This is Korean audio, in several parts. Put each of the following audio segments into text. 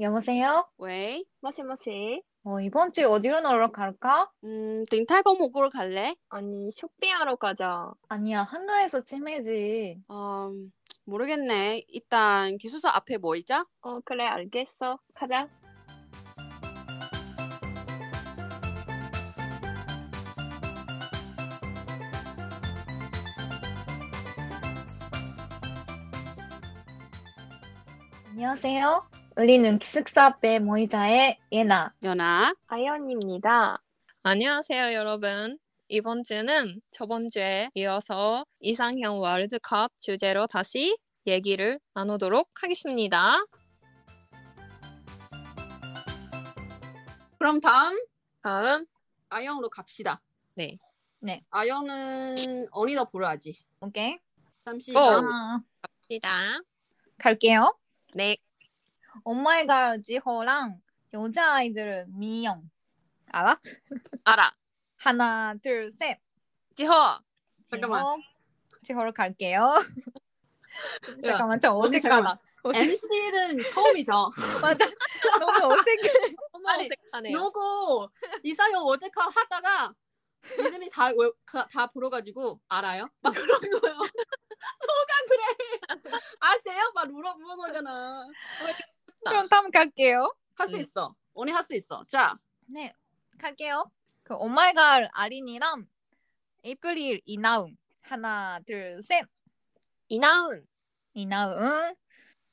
여보세요? 왜? 머시머시. 어, 이번 주에 어디로 놀러 갈까? 음, 링탈버 목으로 갈래? 아니, 쇼핑하러 가자. 아니야, 한가해서 치매지. 어, 모르겠네. 일단 기숙사 앞에 뭐 모이자. 어, 그래, 알겠어. 가자. 안녕하세요. 우리는 기숙사 앞에 모이자의 예나. 연아. 아이언입니다. 안녕하세요, 여러분. 이번 주는 저번 주에 이어서 이상형 월드컵 주제로 다시 얘기를 나누도록 하겠습니다. 그럼 다음 다음, 아영으로 갑시다. 네. 네. 아영은 어니더 보러 가지. 오케이. 잠시 어. 남, 아, 시다. 갈게요. 네. 오마이걸 지호랑 여자아이들은 미영. 알아? 알아. 하나, 둘, 셋. 지호. 어. 잠깐만. 지호, 지호로 갈게요. 야, 잠깐만, 저 언니 어색하다. MC는 처음이죠. 맞아. 너무 어색해. 어머, 아니, 어색하네요. 요거 이상형 월드컵 하다가 이들이 다, 월- 가- 다 보러 가지고 알아요? 막 그런 거예요. 누가 그래? 아세요? 막 물어보는 거잖아. 그럼 다음 갈게요. 할 수 음. 있어. 언니 할 수 있어. 자, 네, 갈게요. 그 오마이걸 아린이랑 에이프릴 이나움 하나 둘 셋. 이나은. 이나움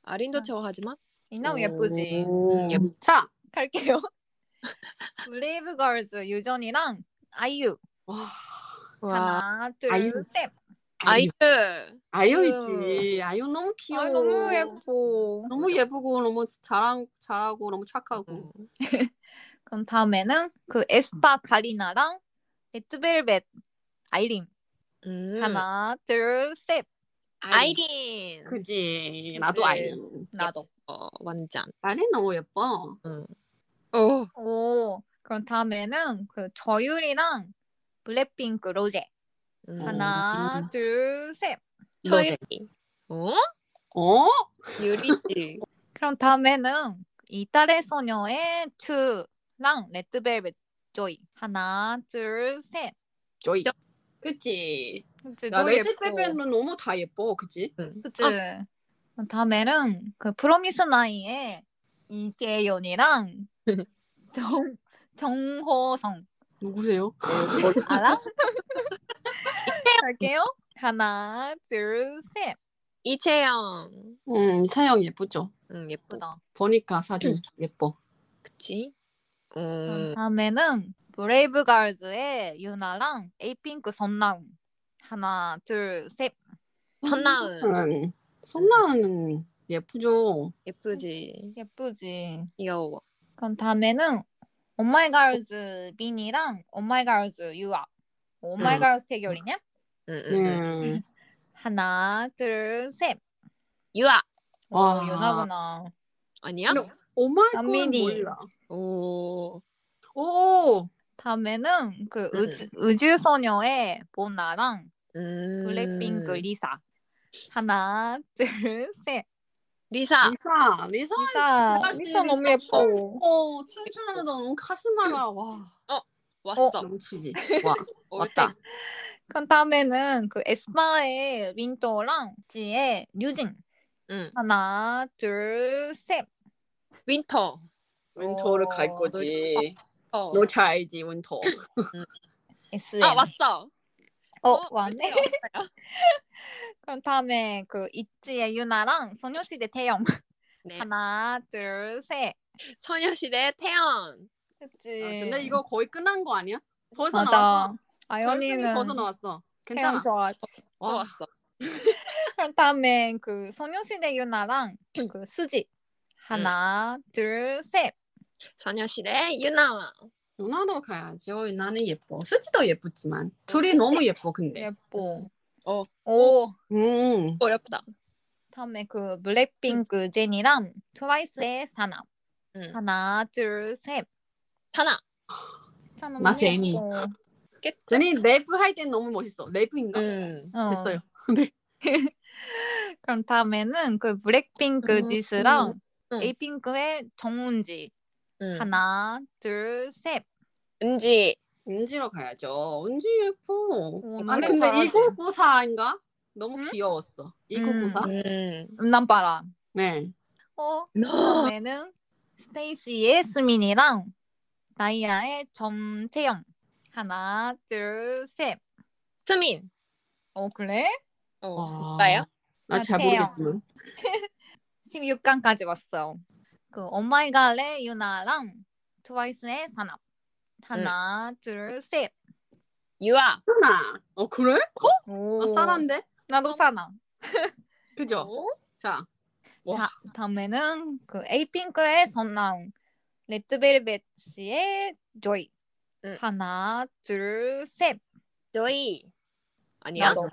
아린도 좋아하지만. 이나움 예쁘지. 음, 예쁘- 자, 갈게요. 브레이브걸즈 유전이랑 아이유 와, 하나 둘 아이유지. 셋. 아이유. 아이유이지. 아이유 너무 귀여워. 아 너무 예뻐. 너무 예쁘고 너무 잘한 잘하고 너무 착하고. 음. 그럼 다음에는 그 에스파 가리나랑 레드벨벳 아이린 음. 하나 둘 셋. 아이린. 그지. 나도 그지. 아이유. 나도. 어, 완전. 아이린 너무 예뻐. 어. 오. 오 그럼 다음에는 그 저유리랑 블랙핑크 로제 음. 하나 음. 둘 셋. 저희. 어? 어? 유리지. 그럼 다음에는 이달의 소녀의 추랑 레드벨벳 조이 하나 둘 셋. 조이. 그치. 그치 야, 조이 네, 예뻐. 레드벨벳은 너무 다 예뻐. 그치? 그치. 그럼 다음에는 그 프로미스 나이의 이재연이랑 정 정호성 누구세요? 알아? 갈게요. 하나 둘 셋. 이채영. 음, 서영 예쁘죠. 응, 예쁘다. 예쁘다. 보니까 사진 예뻐. 어, 그치? 그럼 음, 다음에는 브레이브걸즈의 유나랑 에이핑크 선나움 하나 둘 셋. 선나은 음, 손나은 예쁘죠. 예쁘지 예쁘지. 귀여워 그럼 다음에는 오마이걸즈 민이랑 오마이걸즈 유아 오마이걸즈 대결이냐? 응, 응, 응. 네. 하나 둘셋 유아 와 와. 연하구나 아니야? 근데- 오마이걸 남민이. 몰라. 오 오, 다음에는 그 응. 우주, 우주소녀의 보나랑 음. 블랙핑크 리사 하나 둘셋 리사 어? 아, 리사, 리사. 리사 리사 리사 너무 리사 예뻐 어, 춤추는 거 너무 카스마가 와 왔어 넘치지. 와, 어, 올 왔다. 때. 그럼 다음에는 그 에스파의 윈터랑 지의 류진 응. 하나 둘셋 윈터 윈터를 갈 어, 거지. 어. 너 잘 알지, 윈터. SM 아 왔어 그렇죠. 어 왔네 그렇죠. 리사 왔어요. 그럼 다음에 그 있지의 유나랑 소녀시대 태영 네. 하나 둘셋 소녀시대 태연 그치 아, 근데 이거 거의 끝난 거 아니야? 벌써 네. 맞아 나왔어. 아연이는 벌써 나왔어. 태영 괜찮아. 좋아하지 어, 와. 왔어 그럼 다음에 그 소녀시대 유나랑 그 수지 음. 하나 둘셋 소녀시대 유나 누나도 가야죠. 나는 예뻐. 수지도 예쁘지만 어. 둘이 너무 예뻐. 네. 근데. 예뻐 어. 오 음. 어렵다 다음에 그 블랙핑크 제니랑 트와이스의 사나 응. 하나 둘셋 하나 사나 나 너무 제니. 예뻐. 제니 랩 할 땐 너무 멋있어. 랩인가? 음. 어. 됐어요. 그럼 다음에는 그 블랙핑크 음, 지스랑 응. 에이핑크의 정운지 응. 하나 둘셋 음. 은지. 은지로 가야죠. 은지 예뻐. 오, 아니 어, 노래 근데 잘하네. 1994인가? 너무 응? 귀여웠어. 1994? 음. 음란바람 네. 어 너. 다음에는 스테이시의 수민이랑 다이아의 정채영 하나 둘셋어 수민. 그래? 어. 와. 나요? 나 아. 잘 같아요. 모르겠지만. 16강까지 왔어. 그 오마이걸의 유나랑 트와이스의 산업 하나 네. 둘 셋. 유아. 하나. 어 그래? 오. 아, 사람데? 나도 산업. 그죠? 어? 자. 와. 자 다음에는 그 에이핑크의 선나운, 레드벨벳의 조이. 음. 응. 하나 둘 셋. 저희. 아니야. 나도.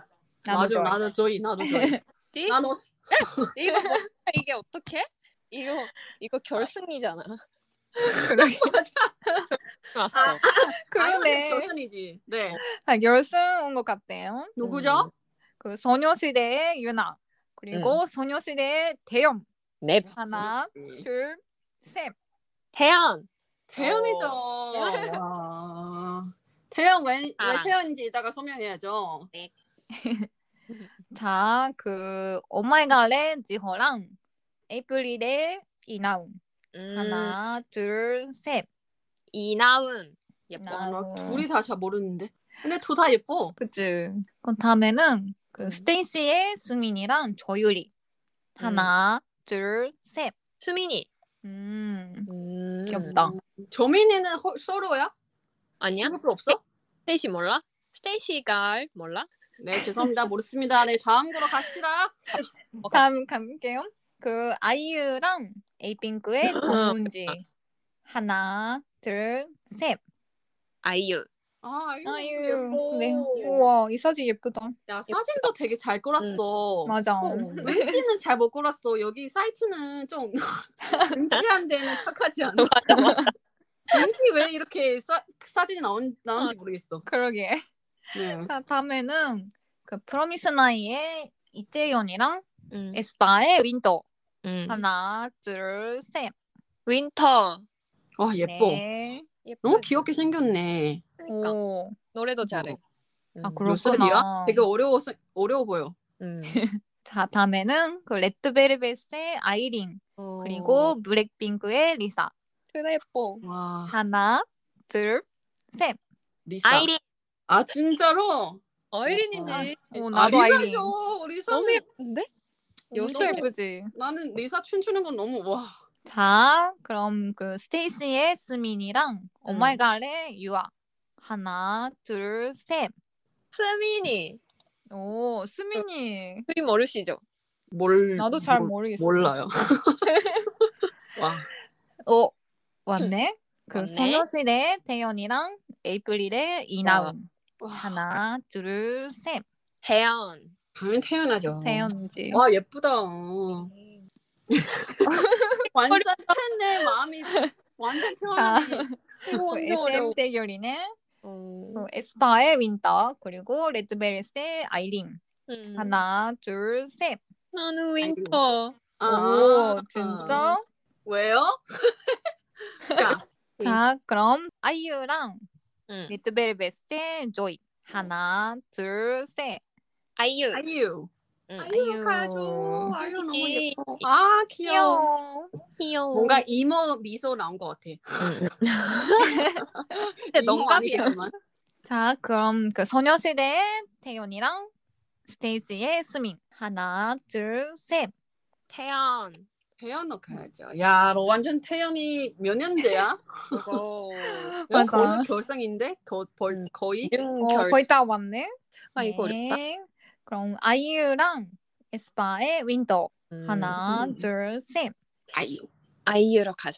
나도 맞아. 좋아해. 나도 저희. 나도 저희. 뭐지? 난 어, 이거 뭐야? 이게 어떻게? 이거 이거 결승이잖아. 맞아. 왔어. 아, 그러네. 아이언맨 결선이지. 네. 아, 결승 온 것 같아요. 누구죠? 그 소녀시대의 유나 음. 그리고 소녀시대의 대영 넵. 하나 둘 셋. 네, 태연. 태연이죠. 와. 태연 왜, 왜 아. 태연인지 이따가 소명해야죠. 자, 그 오마이걸의 지호랑 에이프릴의 이나운 음, 하나, 둘, 셋. 이나은. 예뻐. 이나은. 와, 나 아이고. 둘이 다 잘 모르는데. 근데 둘 다 예뻐. 그치. 그 다음에는 그 음. 스테이시의 스민이랑 조유리 음. 하나, 둘, 셋. 수민이. 음, 음. 귀엽다. 조민이는 호, 솔로야? 아니야? 그룹 없어? 스테이시 몰라? 스테이시 갈 몰라? 네 죄송합니다 모르습니다. 네 다음 으로 갑시다. 어, 다음 가볼게요. 그 아이유랑 에이핑크의 정문지 하나, 둘, 셋. 아이유. 아 음, 아이유. 예뻐. 네. 우와, 이 사진 예쁘다. 야 사진도 되게 잘 꼬랐어. 맞아. 음. 은지는 잘 못 꼬랐어. 여기 사이트는 좀 은지한 데는 착하지 않아. 은지 왜 이렇게 사, 그 사진이 나온, 나온지 모르겠어. 그러게. 네. 자, 다음에는 그 프로미스 나이의 이재현이랑 음. 에스파의 윈터 음. 하나 둘셋 윈터. 와 아, 예뻐. 네. 예쁘. 너무 귀엽게 생겼네. 그러니까. 오. 노래도 잘해. 아, 음. 그럼. 그렇구나. 요셉이야? 되게 어려워 어려워 보여. 음. 자 다음에는 그 레드벨벳의 아이린 어, 그리고 블랙핑크의 리사 그래 예뻐. 와 하나 둘셋 리사. 아이린. 아 진짜로? 아이린이지. 오, 나도 아, 아, 이린 리사죠. 너무 리사는 예쁜데? 너무 어, 너무 예쁘지 나는 리사 춤추는 건 너무 와. 자 그럼 그 스테이시의 스민이랑 오마이갓의 유아 하나 둘셋오 수민이. 스민이 수민 모르시죠? 몰 나도 잘 그, 몰- 모르겠어. 몰라요. 와 어 왔네. 그 음. 왔네. 소녀시대 태연이랑 에이프릴의 이나운 와. 하나 둘 셋. 태연. 가면 태연하죠. 태연이지. 와 아, 예쁘다. 네. 완전 팬의 마음이 완전 태연하네. 이거 그 완전 SM 어려워. 대결이네. 그 음. 에스파의 윈터 그리고 레드벨벳의 아이린 음. 하나 둘 셋. 나는 윈터. 오 진짜? 아, 왜요? 자 자 그럼 아이유랑 네. 음. 레드벨벳의 조이 하나 둘 셋. 아이유. 아이유. 음. 아이유. 아이유 가죠. 아이유 너무 이- 예뻐. 아 귀여워. 귀여워. 귀여워. 뭔가 이모 미소 나온 것 같아. 네, 근데 농담이에요. 아니겠지만. 자, 그럼 그 소녀시대의 태연이랑 스테이지의 수민 하나, 둘, 셋. 태연. 태연 넣어야죠. 야, 너 완전 태연이 몇 년제야? 그거. 너 맞아. 거의 결성인데? 거, 벌, 거의? 어, 윤결. 거의 다 왔네. 아 이거 어렵다. 네. 그럼 아이유랑 에스파의 윈터 음. 하나, 음. 둘, 셋. 아이유. 아이유로 가자.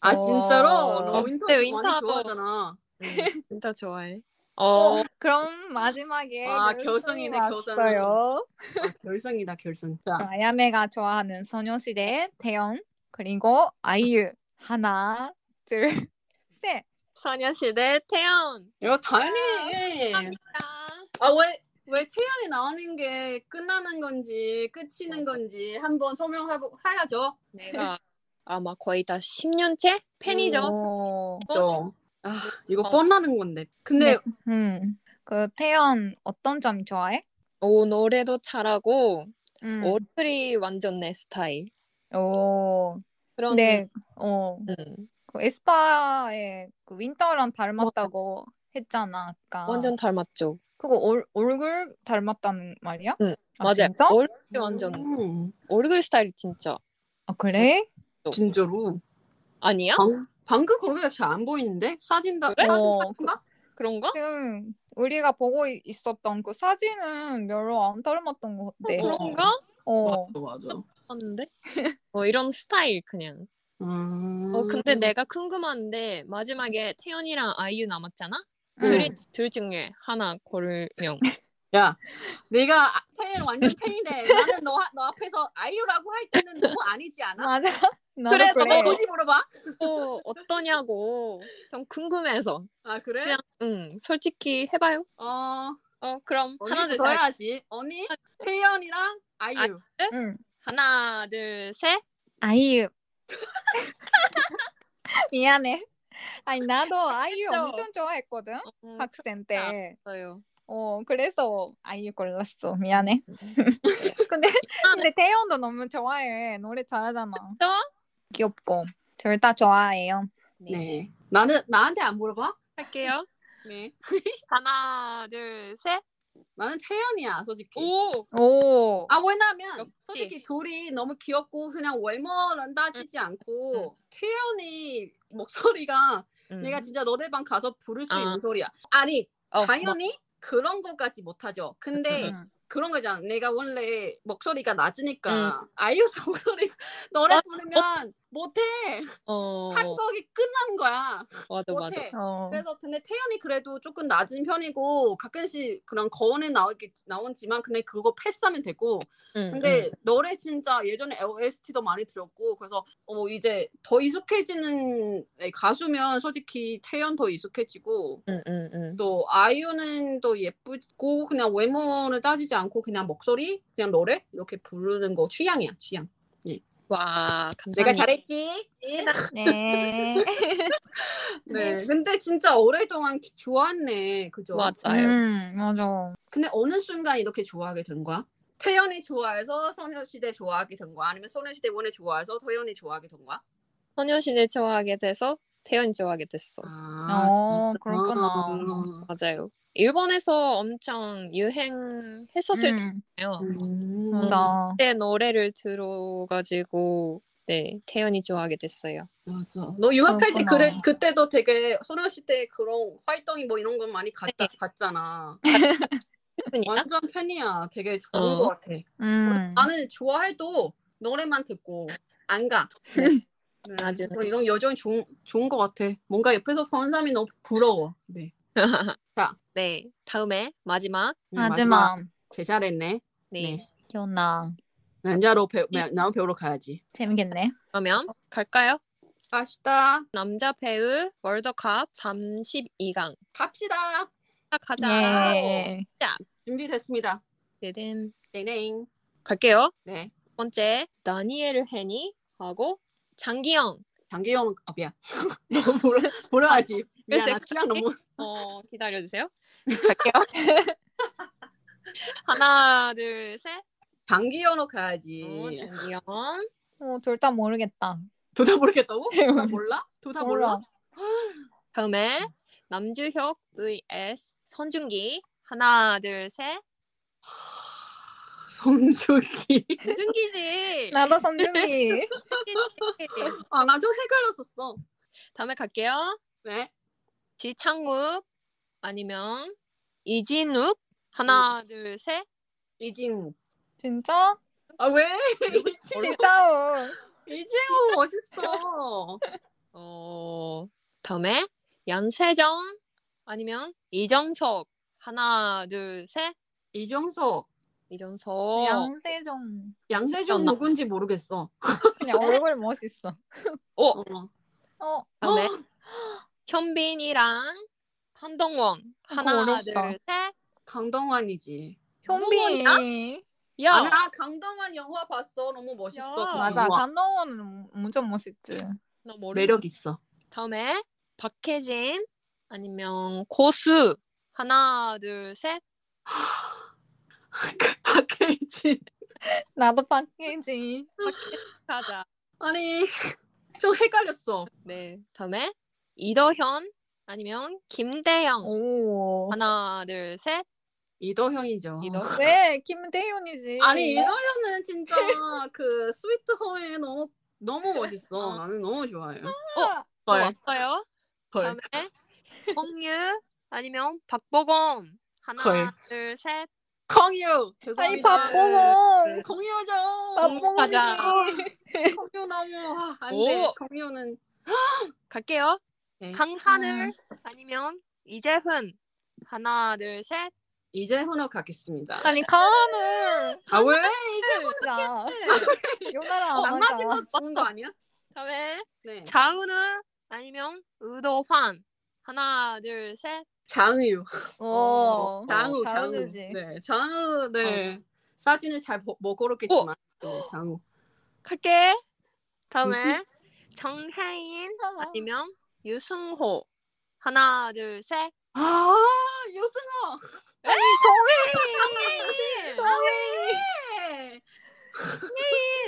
아 어. 네, 진짜로? 너 윈터 근데 많이 윈터도- 좋아하잖아. 음, 진짜 좋아해. 어. 그럼 마지막에 아, 결승이 결승이네, 결승. 왔어요. 아, 결성이다 결성. 자, 아야메가 좋아하는 소녀시대의 태연 그리고 아이유 하나, 둘, 셋. 소녀시대 네, 태연. 이거 다행이. 아, 아왜 왜 태연이 나오는 게 끝나는 건지 끝이는 건지 한번 소명해야죠. 내가 아마 거의 다 10년째 음. 팬이죠. 오. 그죠. 아 이거 어. 뻔하는 건데. 근데 네. 음. 그 태연 어떤 점 좋아해? 오 노래도 잘하고 음. 얼굴이 완전 내 스타일. 오. 그런 네. 근데 어. 음, 그 에스파의 그 윈터랑 닮았다고 했잖아. 아까. 완전 닮았죠. 그거 얼, 얼굴 닮았다는 말이야? 응, 아, 맞아요. 진짜? 얼굴이 완전 음, 얼굴 스타일 진짜 아 그래? 진짜로 아니야? 방, 방금 그렇게 잘안 보이는데 사진 다 그래? 사진 어, 다인가? 그런가? 지금 우리가 보고 이- 있었던 그 사진은 별로 안 닮았던 것 같아. 어, 그런가? 뭐 어. 맞아 맞아. 하는데 뭐 이런 스타일 그냥. 음. 어 근데 내가 궁금한데 마지막에 태연이랑 아이유 남았잖아. 음. 응. 둘이 둘 중에 하나 고르면 야, 네가 아- 태연 완전 팬이네. 나는 너, 하- 너 앞에서 아이유라고 할 때는 너무 아니지 않아? 맞아. 나도 그래, 그래. 너 굳이 물어봐. 또 어떠냐고 좀 궁금해서 아 그래? 그냥 응 솔직히 해봐요. 어 어 그럼 하나 언니 둘 더 셋. 해야지. 언니 태연이랑 아이유. 응. 하나 둘 셋. 아이유. 미안해. 아니 나도 아이유 그쵸? 엄청 좋아했거든 어, 학생 때. 그랬어요. 어 그래서 아이유 골랐어. 미안해. 근데 근데 태연도 너무 좋아해. 노래 잘하잖아. 또? 귀엽고 둘 다 좋아해요. 네. 나는 나한테 안 물어봐? 할게요. 네. 하나 둘 셋. 나는 태연이야 솔직히. 오. 오. 아 왜냐면 역시. 솔직히 둘이 너무 귀엽고 그냥 월머런다 치지 않고 태연이 목소리가 음. 내가 진짜 노래방 가서 부를 수 아. 있는 소리야. 아니 어, 당연히 그런 것까지 못하죠. 근데 응. 그런 거잖아. 내가 원래 목소리가 낮으니까 아이유 목소리 노래 맞아. 부르면 못해. 어, 한 곡이 끝난 거야. 맞아 맞아. 못해. 어. 그래서 근데 태연이 그래도 조금 낮은 편이고 가끔씩 그런 거원에 나오겠 나온지만 근데 그거 패스하면 되고 응, 근데 응. 노래 진짜 예전에 OST도 많이 들었고 그래서 어 이제 더 익숙해지는 가수면 솔직히 태연 더 익숙해지고 응, 응, 응. 또 아이유는 또 예쁘고 그냥 외모를 따지지 않고 그냥 목소리 그냥 노래 이렇게 부르는 거 취향이야 취향 와 감사합니다. 내가 잘했지 네. 네 근데 진짜 오랫동안 기- 좋았네 그죠 맞아요. 음 맞아. 근데 어느 순간 이렇게 좋아하게 된 거야 태연이 좋아해서 소녀시대 좋아하게 된 거야 아니면 소녀시대 원에 좋아해서 태연이 좋아하게 된 거야 소녀시대 좋아하게 돼서 태연이 좋아하게 됐어. 아 어, 진짜? 그렇구나. 음. 맞아요. 일본에서 엄청 유행했었을 음, 때요. 음. 맞아. 그때 노래를 들어가지고 네 태연이 좋아하게 됐어요. 맞아. 너 유학할 때 그렇구나. 그래 그때도 되게 소녀시대 그런 활동이 뭐 이런 건 많이 갔다 네. 갔잖아. 태연이나 완전 팬이야. 되게 좋은 어. 것 같아. 음. 나는 좋아해도 노래만 듣고 안 가. 음. 네. 아주. 그래서 이런 여전히 좋은 좋은 것 같아. 뭔가 옆에서 보는 사람이 너무 부러워. 네. 네 다음에 마지막 음, 마지막 제 잘했네. 네, 네. 기억나. 남자로 배우 남 배우러 가야지. 재밌겠네. 그러면 어. 갈까요? 갑시다. 남자 배우 월드컵 32강 갑시다. 가자. 예. 준비됐습니다. 네. 네네. 갈게요. 네. 첫 번째 다니엘 헤니 하고 장기영 장기영 어 미안. 너무 보러 보러하지. 미안. 나 글쎄, 취향 너무 어 기다려주세요. 갈게요. 하나 둘 셋. 장기영으로 가야지. 어, 장기영. 어, 둘 다 모르겠다. 둘다 모르겠다고? 둘다 몰라? 둘 다 몰라? 다음에 남주혁 vs 선준기 하나 둘 셋. 손주기. 선준기지. 나도 선중이. 아, 나 좀 헷갈렸었어. 다음에 갈게요. 왜? 지창욱 아니면 이진욱 하나 둘 셋. 이진우. 진짜? 아, 왜? 진짜우. 이진우 멋있어. 어 다음에 양세정 아니면 이정석 하나 둘 셋. 이정석. 어. 이정석. 양세종. 양세준 맞나? 누군지 모르겠어. 그냥 얼굴 멋있어. 오 어. 아, 네. 어, 다음에 현빈이랑 한동원 하나 어, 어렵다. 둘 셋. 강동원이지. 현빈. 야, 아, 나 강동원 영화 봤어. 너무 멋있어. 야. 그 맞아 영화. 간호원은 엄청 멋있지. 나 머리. 매력 있어. 다음에 박혜진 아니면 고수 하나 둘 셋. 박해지. 나도 박혜진. 가자. 아니 좀 헷갈렸어. 네. 다음에 이더현 아니면 어. 김대영 오. 하나 둘 셋. 아, 이더형이죠. 이더. 왜 김대현이지? 아니 이더형은 진짜 그 스위트 홈에 너무 너무 멋있어. 아. 나는 너무 좋아해요. 어, 또 왔어요. 다음에 홍유 아니면 박보검 하나 헐. 둘 셋. 콩유 아니 죄송합니다. 네. 박보검. 콩유죠. 아, 뭐 아, 가자. 박보검이지. 콩유 너무 아, 안돼. 오. 콩유는 갈게요. 네. 음. 강하늘 아니면 이재훈 하나 둘 셋. 이제 혼업 가겠습니다. 아니 간을. 아 왜? 진짜. 요나라 안 망가진 맞아. 거 좋은 거 아니야? 다음에 네. 자은우 아니면 의도환 하나 둘 셋. 장유. 어. 오. 장우, 어, 장우. 자은우지. 네, 장우. 네. 사진을 잘 보- 못 고르겠지만 네, 장우. 갈게. 다음에 정혜인 네. 아니면 유승호 하나 둘 셋. 아, 유승호. 정인.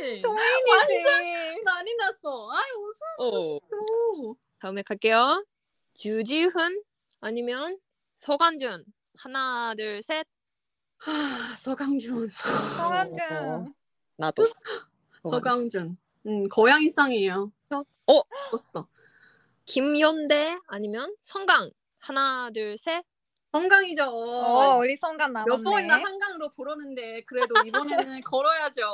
네. 정인이지. 난리 났어. 아이, 웃었어. 오. 다음에 갈게요. 주지훈 아니면 서관준 하나 둘 셋. 아, 그 서강준. 성한준. 나도. 서강준. 음, 고양이상이에요. 어? 웃었어. 김연대 아니면 성강 하나 둘 셋. 성강이죠. 어 우리 성간 남았네. 몇 번이나 한강으로 부르는데 그래도 이번에는 걸어야죠.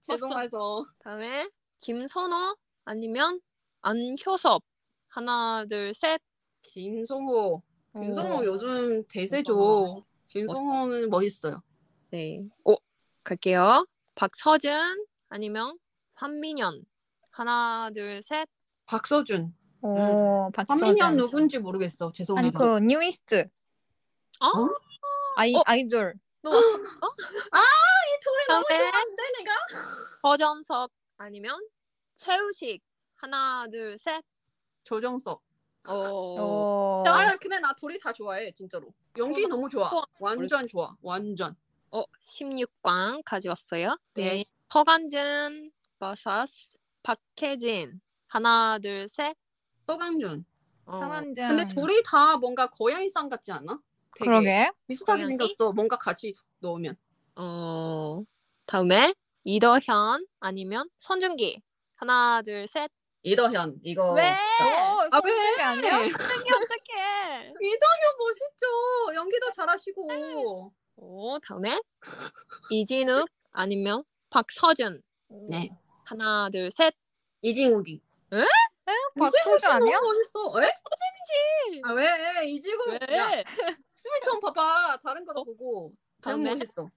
죄송해서. 다음에 김선호 아니면 안효섭 하나 둘 셋. 김성호. 어. 김성호 요즘 대세죠. 멋있다. 김성호는 멋있어요. 네. 오 갈게요. 박서준 아니면 환민현 하나 둘 셋. 박서준. 오 어, 박서준. 한민현 누군지 모르겠어. 아니 죄송합니다. 그 뉴이스트 아 어? 아이 어? 아이돌. 너 맞췄어? 아, 이 노래 너무 다음에- 좋아하는데 내가? 허전석 아니면 최우식 하나 둘 셋. 어. 조정석. 어. 오. 오. 아 근데 나 둘이 다 좋아해 진짜로. 연기 어, 너무 좋아. 좋아. 완전 좋아. 완전. 어 16강 가져왔어요. 네. 허간준 vs 박혜진 하나 둘 셋. 서강준. 어, 성한준. 근데 둘이 다 뭔가 고양이상 같지 않아? 되게 네. 그러게. 비슷하게 고양이? 생겼어. 뭔가 같이 넣으면. 어 다음에 이더현 아니면 손준기 하나 둘 셋. 이더현 이거. 왜? 어, 아, 왜? 성준이 아니야? 어, 손준기 어떡해? 이더현 멋있죠. 연기도 잘하시고. 네. 오 다음에 이진욱 아니면 박서준 네. 하나 둘 셋. 이진욱이. 박서준 아니야? 멋있어. 에? 서준이지. 아 왜? 이진욱. 야 왜? 어? 스미턴 봐봐. 다른 거도 보고. 다음 다음에? 멋있어.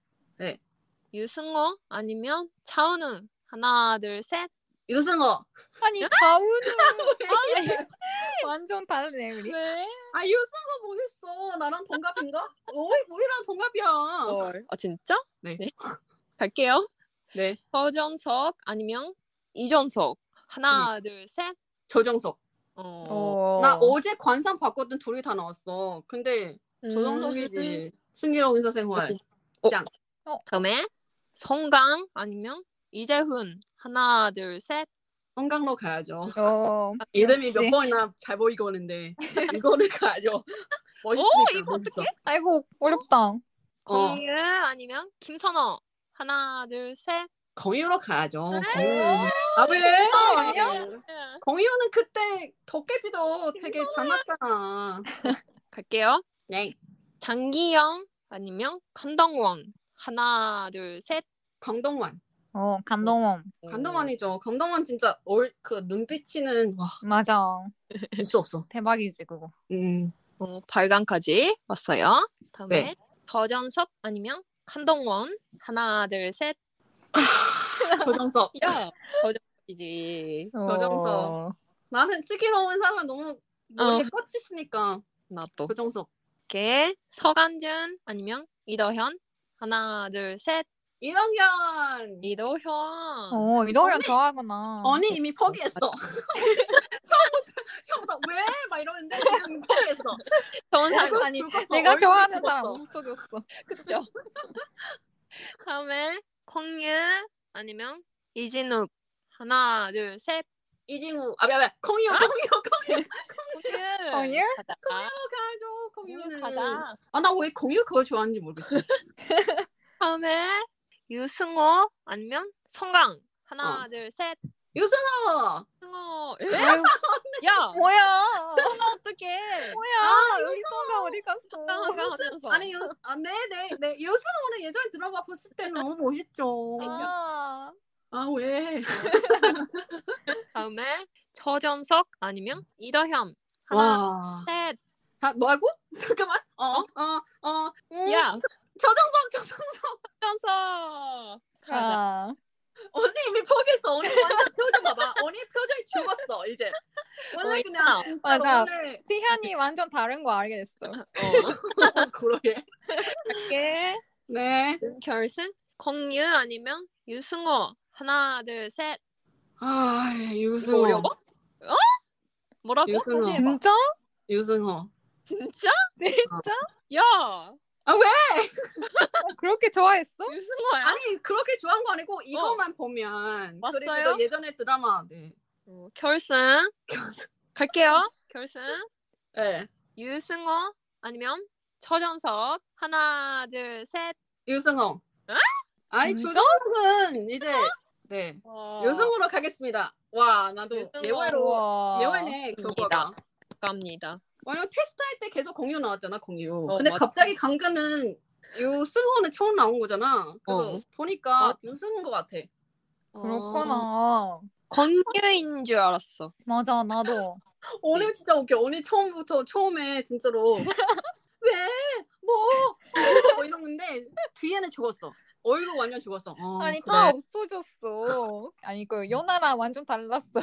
유승호 아니면 차은우 하나 둘 셋. 유승호. 아니 다운은 완전 다르네 우리. 왜? 아 유승호 멋있어. 나랑 동갑인가? 오이 우리랑 동갑이야. 어. 아 진짜? 네. 갈게요. 네. 서정석 아니면 이정석 하나 둘 셋. 조정석. 어. 오. 나 음. 어제 관상 봤거든. 둘이 다 나왔어. 근데 음, 조정석이지. 승기로운 사생활. 다음에 성강 아니면 이재훈 하나 둘 셋. 성강로 가야죠. 어, 이름이 역시. 몇 번이나 잘 보이고 오는데 이거를 가죠. 멋있어. 이거 어떡해? 음. 아이고 어렵다. 어, 공유 아니면 김선호 하나 둘 셋. 어, 공유로 가야죠. 네. 공유. 아 어, 왜? 아니야? 예. 공유는 그때 도깨비도 되게 잘 맞잖아. 갈게요. 네. 장기영 아니면 강동원 하나 둘 셋. 강동원. 어 감동원 강동원이죠. 강동원 진짜 얼그 눈빛이는 와, 맞아. 볼수 없어. 대박이지, 그거. 음. 어, 발광까지 왔어요. 다음에 네. 저전석 아니면 한동원 하나 둘 셋. 조정석. 야 저전석이지. 어. 여정서. 나는 슬기로운 사람 너무 머리에 꽂있으니까 나또 조정석. 이렇게 서간준 아니면 이더현 하나 둘 셋. 이동현 이도현. 어 이동현 좋아하구나. 언니 이미 포기했어. 처음부터 처음부터 왜 막 이러는데 지금 포기했어. 좋은 얼굴 사람 아니 죽었어. 내가 얼굴 좋아하는 죽었어. 사람 없어졌어. 그죠? 다음에 콩유 아니면 이진욱 하나 둘 셋. 이진우 아 미안 콩이요 아? 콩이요 콩이요 콩유. 콩유? 가자. 가죠 콩유 콩이는 가자. 아나 왜 콩이요 그거 좋아하는지 모르겠어. 다음에 유승호 아니면 성강 하나 둘 셋. 아, 유승호 승호. 아유, 야 뭐야? 성강 어떡해. 뭐야? 아, 여기 성가 어디 성강 갔어? 성강 하면서. 아니 유아네네네 유승호는 예전에 들어봐 봤을 때는 너무 멋있죠. 아, 아 왜? 다음에 저전석 아니면 이더현 하나 와. 셋. 아, 뭐하고? 잠깐만. 어, 어어어 음, 어? 야 저정석 저정석 저전석. 가자. 아, 언니 이미 포기했어. 언니 완전 표정 봐봐. 언니 표정이 죽었어 이제. 원래 그냥 어, 있잖아. 진짜 맞아. 오늘 시현이 완전 다른 거 알겠어. 아, 어. 그러게. 갈게. 네. 결승 콩유 아니면 유승호 하나 둘 셋. 아 이거 유승호. 어려워? 어? 뭐라고? 유승호. 다시 해봐. 진짜? 유승호. 진짜? 진짜? 야 어, 그렇게 좋아했어? 유승호야? 아니 그렇게 좋아한 거 어. 아니고 이거만 보면 맞아요? 그리고 또 예전에 드라마 네. 어, 결승 갈게요. 결승 네. 유승호 아니면 처전석 하나 둘 셋. 유승호. 아? 아니 진짜? 조정욱은 이제 네 와, 유승호로 가겠습니다. 와 나도 유승호. 예외로 우와. 예외네 결과가. 갑니다. 왜냐면 테스트할 때 계속 공유 나왔잖아 공유. 어, 근데 맞아. 갑자기 강근은 유승호는 처음 나온 거잖아. 그래서 어. 보니까 맞아. 유승호인 것 같아. 어, 그렇구나. 권유인 줄 알았어. 맞아, 나도. 오늘 진짜 웃겨. 오늘 처음부터 처음에 진짜로 왜? 뭐? 뭐 이런 건데 뒤에는 죽었어. 얼굴 완전 죽었어. 어, 아니 그래. 다 없어졌어. 아니 그 요나랑 완전 달랐어. 어,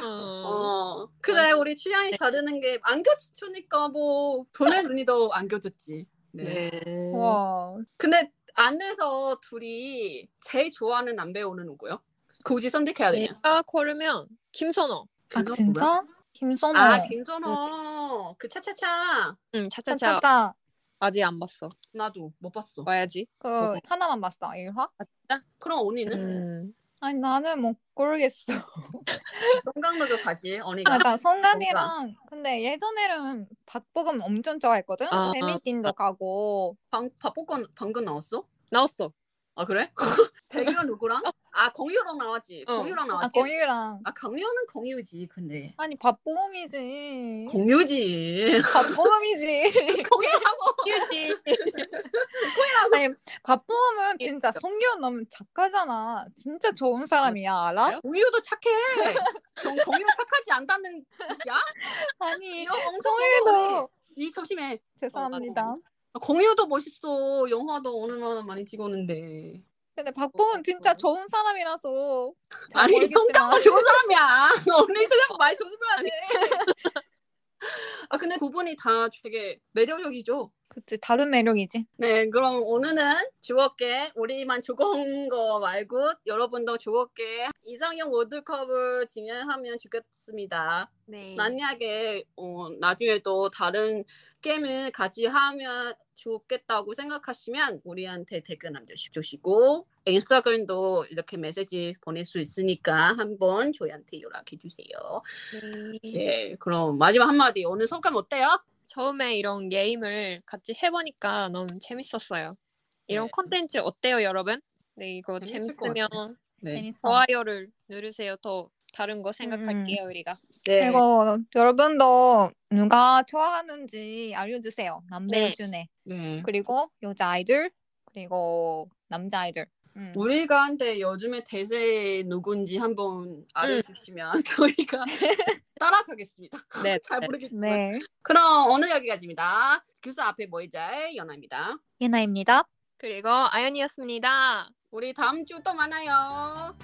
어 그래 우리 취향이 다르는 게 안겨주니까 뭐 돈의 눈이도 안겨줬지. 네. 네. 와. 아, 근데 안에서 둘이 제일 좋아하는 남배우는 누구요? 굳이 선택해야 되냐? 내가 고르면 네. 아, 김선호. 아 김선호 뭐야? 진짜? 김선호. 아 김선호 그 차차차 응, 차차차. 짜짜짜. 아직 안 봤어. 나도 못 봤어. 봐야지. 그 하나만 봤어. 일화? 그럼 언니는 음. 아니 나는 뭐 못 고르겠어. 정강로를 가지 언니가. 아, 그러니까 성간이랑 근데 예전에는 박보검 엄청 좋아했거든. 아, 배민진도 가고. 방, 박복권 방금 나왔어? 나왔어. 아 그래? 대규가 누구랑? 아 공유랑 나왔지. 어. 공유랑 아 나왔지. 거유랑. 아 강유는 공유지 근데. 아니 박보검이지. 공유지. 박보검이지. 공유하고 휴지. 아니 박보검은 예, 진짜 그러니까. 진짜. 성기현 너무 작가잖아. 진짜 좋은 사람이야 알아? 공유도 착해. 경, 공유 착하지 않다는 뜻이야? 아니 이거 엄청 성희도 이 조심해. 죄송합니다. 아, 공유도 멋있어. 영화도 오늘만 뭐 많이 찍었는데. 근데 박보은 진짜 좋은 사람이라서 잘 어, 아니 모르겠지만 성격도 좋은 사람이야. 언니 생각 많이 조심해야 돼. 아 근데 두 분이 다 되게 매력적이죠. 그치 다른 매력이지 네, 그럼 오늘은 주어게 우리만 죽은 거 말고 여러분도 주어게 이상형 월드컵을 진행하면 좋겠습니다. 네. 만약에 어, 나중에 또 다른 게임을 같이 하면 좋겠다고 생각하시면 우리한테 댓글 남겨주시고 인스타그램도 이렇게 메시지 보낼 수 있으니까 한번 저희한테 연락해 주세요. 네. 예, 그럼 마지막 한마디 오늘 소감 어때요? 처음에 이런 게임을 같이 해보니까 너무 재밌었어요. 이런 네. 콘텐츠 어때요, 여러분? 네, 이거 재밌을 것 재밌으면 네, 재밌어 좋아요를 누르세요. 더 다른 거 생각할게요, 우리가. 네, 그리고 여러분도 누가 좋아하는지 알려주세요 남배우 네. 중에 네. 그리고 여자 아이들 그리고 남자 아이들 음. 우리가 한데 요즘에 대세 누군지 한번 알려주시면 저희가 따라가겠습니다. 네. 잘 모르겠지만. 음. 네 그럼 오늘 여기까지입니다. 교수 앞에 모이자의 연아입니다. 예, 예나입니다 그리고 아연이었습니다. 우리 다음 주 또 만나요.